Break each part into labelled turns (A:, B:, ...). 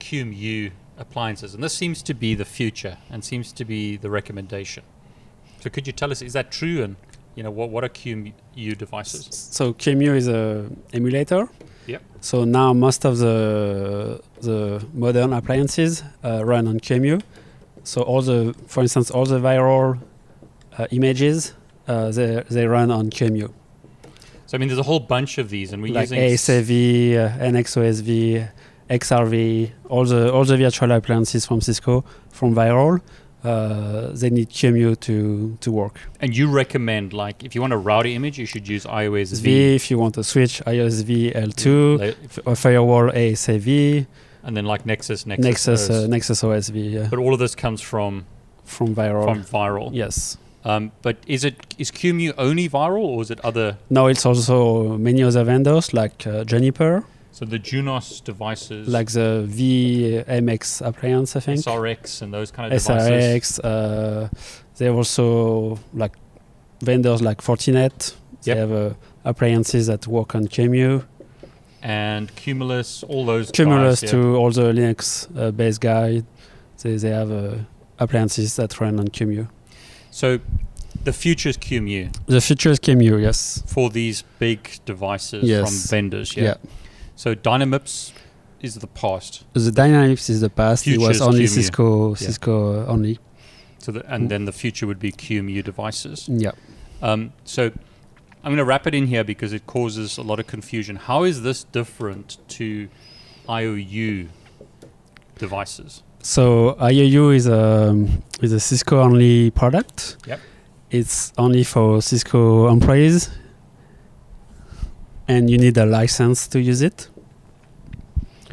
A: QMU appliances, and this seems to be the future and seems to be the recommendation. So, could you tell us is that true? And you know, what what are QMU devices?
B: So QEMU is a emulator.
A: Yep.
B: So now most of the the modern appliances uh, run on QEMU. So all the, for instance, all the viral uh, images, uh, they they run on QEMU,
A: So, I mean, there's a whole bunch of these, and we're
B: like
A: using s-
B: ASAV, uh, NXOSV, XRV, all the all the virtual appliances from Cisco from viral. Uh, they need QEMU to to work.
A: And you recommend like if you want a router image, you should use iOS
B: V if you want to switch IOSV L2,
A: la-
B: f- a firewall ASAV,
A: and then like Nexus, Nexus,
B: Nexus
A: OS.
B: uh, Nexus OSV yeah,
A: but all of this comes from
B: from viral.
A: from viral.
B: Yes.
A: Um, but is it is QMU only viral or is it other?
B: Now it's also many other vendors like uh, Juniper,
A: So the Junos devices,
B: like the VMX appliance, I think,
A: SRX, and those kind of devices.
B: SRX. Uh, they have also like vendors like Fortinet.
A: Yep.
B: They have uh, appliances that work on QEMU,
A: and Cumulus, all those.
B: Cumulus
A: guys, yeah.
B: to all the Linux-based guys. They they have uh, appliances that run on QEMU.
A: So the future is QMU
B: The future is QEMU, yes.
A: for these big devices
B: Yes.
A: from vendors. Yeah. So Dynamips is the past.
B: The Dynamics is the past. it was
A: Future is
B: only
A: QEMU.
B: Cisco, Cisco uh, only.
A: So the, and then the future would be QMU devices.
B: Yeah.
A: Um, so I'm going to wrap it in here because it causes a lot of confusion. How is this different to IOU devices?
B: So IOU is a is a Cisco only product.
A: Yep.
B: It's only for Cisco employees, and you need a license to use it.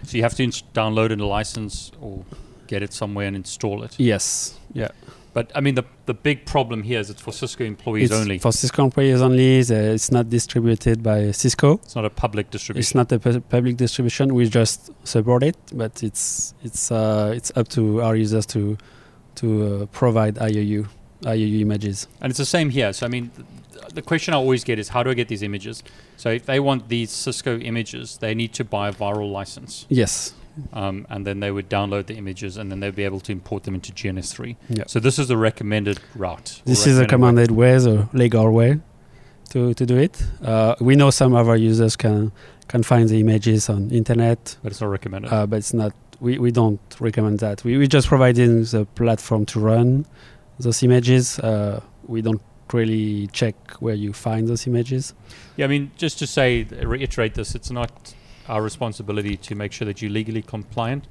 A: So you have to ins- download a license or get it somewhere and install it.
B: Yes. Yeah.
A: But I mean, the the big problem here is it's for Cisco employees
B: it's
A: only.
B: for Cisco employees only. The- It's not distributed by Cisco.
A: It's not a public
B: It's
A: distribution.
B: not a pu- public distribution. We just support it, but it's it's uh, it's up to our users to to uh, provide IOU IOU images.
A: And it's the same here. So, I mean, th- the question I always get is how do I get these images? So, if they want these Cisco images, they need to buy a viral license.
B: Yes.
A: Um, and then they would download the images and then they'd be able to import them into GNS3.
B: Yeah.
A: So, this is the recommended route. or
B: This is a
A: recommended way.
B: commanded way, the legal way to, to do it. Uh, we know some of our users can can find the images on internet,
A: But it's not recommended.
B: uh, but it's not. We, we don't recommend that. We we just providing the platform to run those images. Uh, we don't really check where you find those images.
A: yeah, I mean, just to say, reiterate this, it's not our responsibility to make sure that you're legally compliant.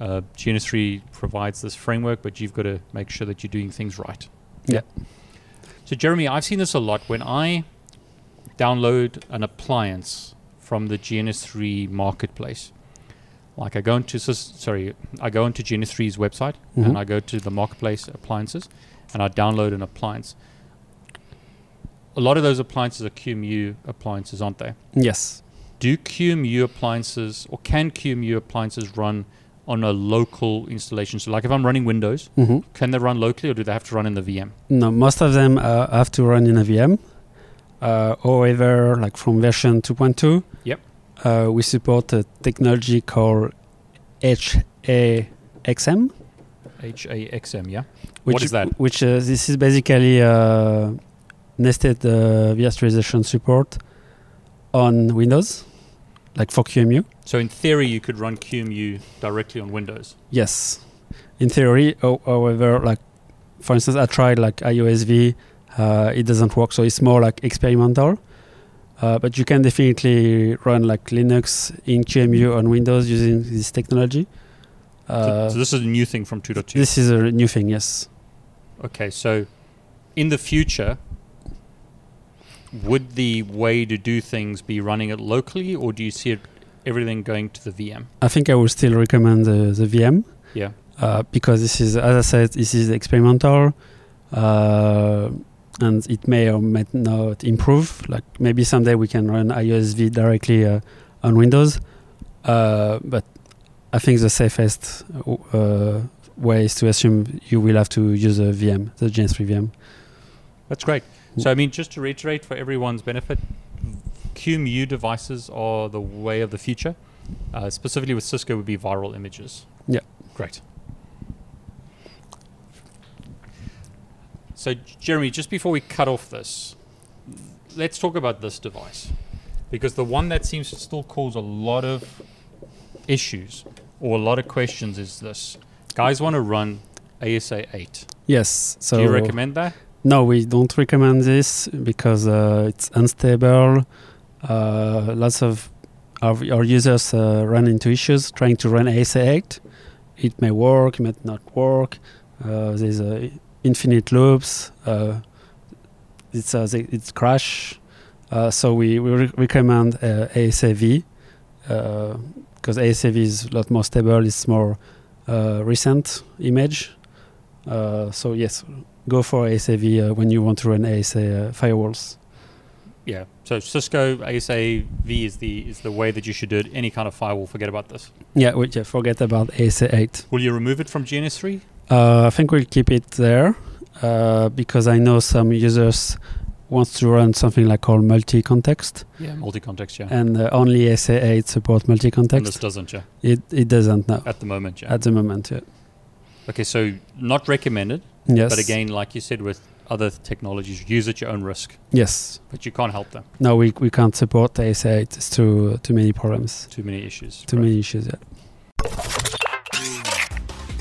A: Uh, GNS3 provides this framework, but you've got to make sure that you're doing things right.
B: Yeah.
A: So, Jeremy, I've seen this a lot. When I download an appliance from the GNS3 marketplace, like I go into Sys- sorry, I go into GNS3's website
B: Mhm.
A: and I go to the marketplace appliances, and I download an appliance. A lot of those appliances are QMU appliances, aren't they?
B: Yes.
A: Do QMU appliances or can QMU appliances run on a local installation? So, like if I'm running Windows,
B: hmm
A: can they run locally or do they have to run in the VM?
B: No, most of them uh, have to run in a VM. Uh, however, like from version 2.2,
A: Yep.
B: uh, we support a technology called HAXM.
A: HAXM, yeah?
B: Which
A: What is that?
B: Which uh, this is basically uh, nested uh, virtualization support on Windows, like for QEMU.
A: So in theory, you could run QMU directly on Windows.
B: Yes, in theory. ho- however, like for instance, I tried like IOSV. Uh, it doesn't work, so it's more like experimental. Uh, but you can definitely run like Linux in QEMU on Windows using this technology.
A: So-
B: Uh,
A: so, this is a new thing from 2.2.
B: this is a new thing. Yes.
A: okay, so in the future, would the way to do things be running it locally, or do you see it everything going to the VM.
B: I think I would still recommend the, the VM.
A: Yeah.
B: Uh, because this is, as I said, this is experimental, uh, and it may or may not improve. Like maybe someday we can run IOSV directly uh, on Windows, uh, but I think the safest uh, way is to assume you will have to use a VM, the GNS3 VM.
A: That's great.
B: Mm.
A: So I mean, just to reiterate for everyone's benefit, QMU devices are the way of the future. Uh, specifically with Cisco, would be viral images.
B: Yeah.
A: Great. So Jeremy, just before we cut off this, let's talk about this device because the one that seems to still cause a lot of issues or a lot of questions is this. Guys want to run ASA 8.
B: Yes. So
A: Do you recommend that?
B: No, we don't recommend this because uh, it's unstable. Uh, lots of our, our users uh, run into issues trying to run ASA8. It may work, it may not work. Uh, there's uh, infinite loops. Uh, it's uh, the- it's crash. Uh, so we, we re- recommend uh, ASAV because ASAV is uh, a lot more stable. It's more uh, recent image. Uh, so yes, go for ASAV uh, when you want to run ASA uh, firewalls.
A: Yeah. So Cisco ASAV is the is the way that you should do it. Any kind of firewall, forget about this.
B: Yeah, we, yeah uh, forget about ASA8.
A: Will you remove it from GNS3?
B: Uh, I think we'll keep it there uh, because I know some users want to run something like called multi-context,
A: Yeah, multi-context, yeah.
B: Mm. and uh, only ASA8 support
A: And this
B: multi-context.
A: doesn't, yeah,
B: It it doesn't now
A: at the moment, yeah.
B: at the moment. Yeah.
A: okay, so not recommended,
B: Yes.
A: but again, like you said with other technologies, use at your own risk,
B: yes.
A: but you can't help them.
B: No, we, we can't support ASA8. It's too too many problems,
A: Too many issues.
B: too
A: Right.
B: many issues. Yeah.